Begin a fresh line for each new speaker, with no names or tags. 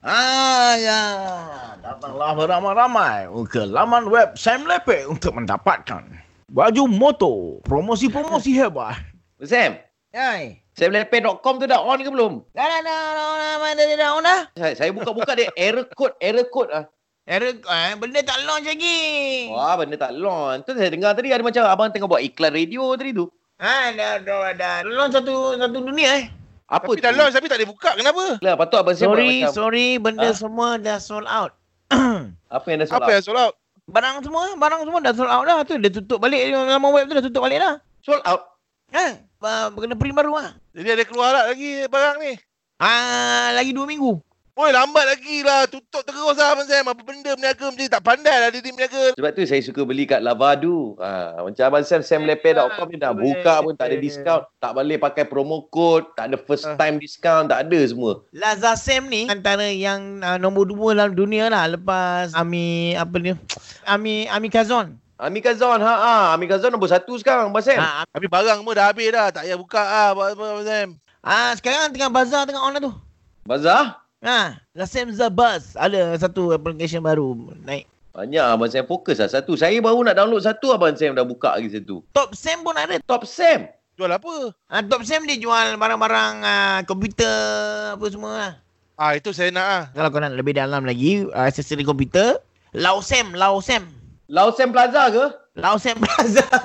telah Ah, ya. beramai-ramai ke laman web Sam Lepe untuk mendapatkan baju motor, promosi-promosi hebat.
Sam,
Hai.
samlepay.com tu dah on ke belum?
Dah dah dah dah dah dah dah dah dah.
Saya, saya buka-buka dia error code, error code ah.
Error eh, benda tak launch lagi.
Wah, benda tak launch. Tu saya dengar tadi ada macam abang tengah buat iklan radio tadi tu.
Ha, dah dah dah launch satu satu dunia eh.
Apa
Tapi
tu?
dah launch tapi tak boleh buka. Kenapa?
Lah, patut abang Sam buat
Sorry,
macam
sorry, benda
Ha?
semua dah sold out.
apa yang dah
Apa
solat.
yang sold out?
barang semua, barang semua dah sold out dah tu. Dia tutup balik laman web tu dah tutup balik dah.
Sold out.
Ha, uh, kena print baru ah.
Jadi ada keluar lah lagi barang ni.
Ah, lagi 2 minggu.
Oi lambat lagi lah. Tutup terus lah Abang Sam. Apa benda meniaga macam ni. Tak pandai lah dia ni meniaga.
Sebab tu saya suka beli kat Lavadu. Ha, macam Abang Sam, samlepay.com ni dah buka pun tak ada diskaun. Tak boleh pakai promo code. Tak ada first time diskaun. Tak ada semua.
Lazar Sam ni antara yang uh, nombor 2 dalam dunia lah lepas Ami apa ni? Ami Ami Kazon.
Amika Zon, ha, ha. Amika Zon nombor satu sekarang, Abang Sam.
Ha,
Tapi barang pun dah habis dah. Tak payah buka lah Abang- Abang Sam.
ah sekarang tengah bazar tengah on lah tu.
Bazar?
Ha, Lazar Zabaz ada satu application baru naik.
Banyak Abang Sam fokus lah satu. Saya baru nak download satu, Abang Sam dah buka lagi satu.
Top Sam pun ada.
Top Sam.
Jual apa?
Ah, Top Sam dia jual barang-barang ah, komputer apa semua lah.
Ah itu saya nak ah.
Kalau kau nak lebih dalam lagi uh, Aksesori komputer Lau Sam Lau Sam
Lau Sam Plaza ke?
Lau Sam Plaza